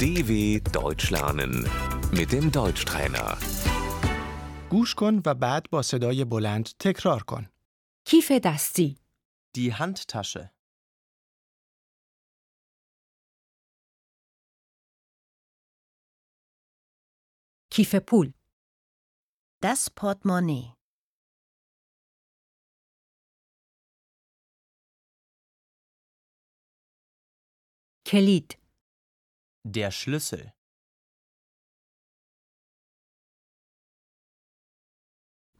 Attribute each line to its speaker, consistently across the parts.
Speaker 1: DW Deutsch lernen mit dem Deutschtrainer.
Speaker 2: گوش کن و بعد با صدای بلند تکرار کن.
Speaker 3: کیف دستی
Speaker 4: Die Handtasche.
Speaker 3: کیف پول
Speaker 5: Das Portemonnaie.
Speaker 3: کلید
Speaker 4: Der Schlüssel.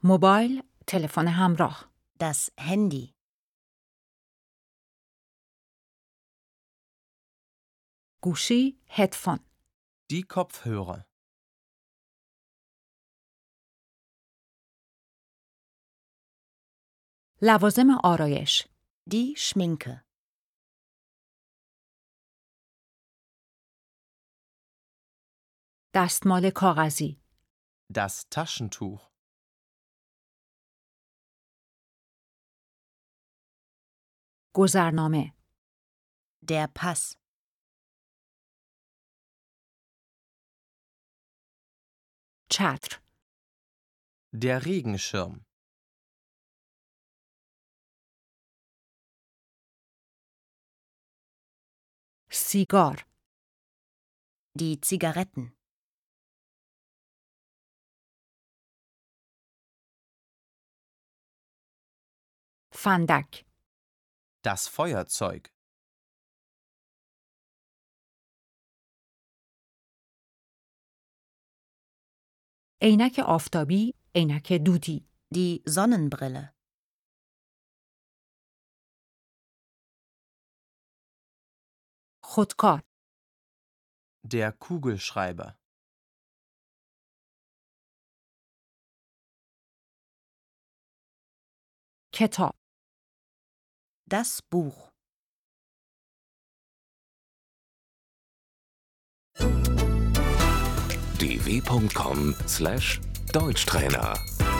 Speaker 3: موبایل تلفن همراه
Speaker 5: Das Handy.
Speaker 3: گوشی هدفون
Speaker 4: Die Kopfhörer.
Speaker 3: لوازم آرایش
Speaker 5: Die Schminke.
Speaker 3: دستمال کاغذی
Speaker 4: Das Taschentuch.
Speaker 3: گذرنامه
Speaker 5: Der Pass.
Speaker 3: چتر
Speaker 4: Der Regenschirm.
Speaker 3: سیگار
Speaker 5: Die Zigaretten.
Speaker 3: فندک
Speaker 4: Das Feuerzeug.
Speaker 3: عینک آفتابی عینک دودی
Speaker 5: Die Sonnenbrille.
Speaker 3: خودکار
Speaker 4: Der Kugelschreiber.
Speaker 3: کتاب
Speaker 5: Das Buch.
Speaker 1: dw.com/deutschtrainer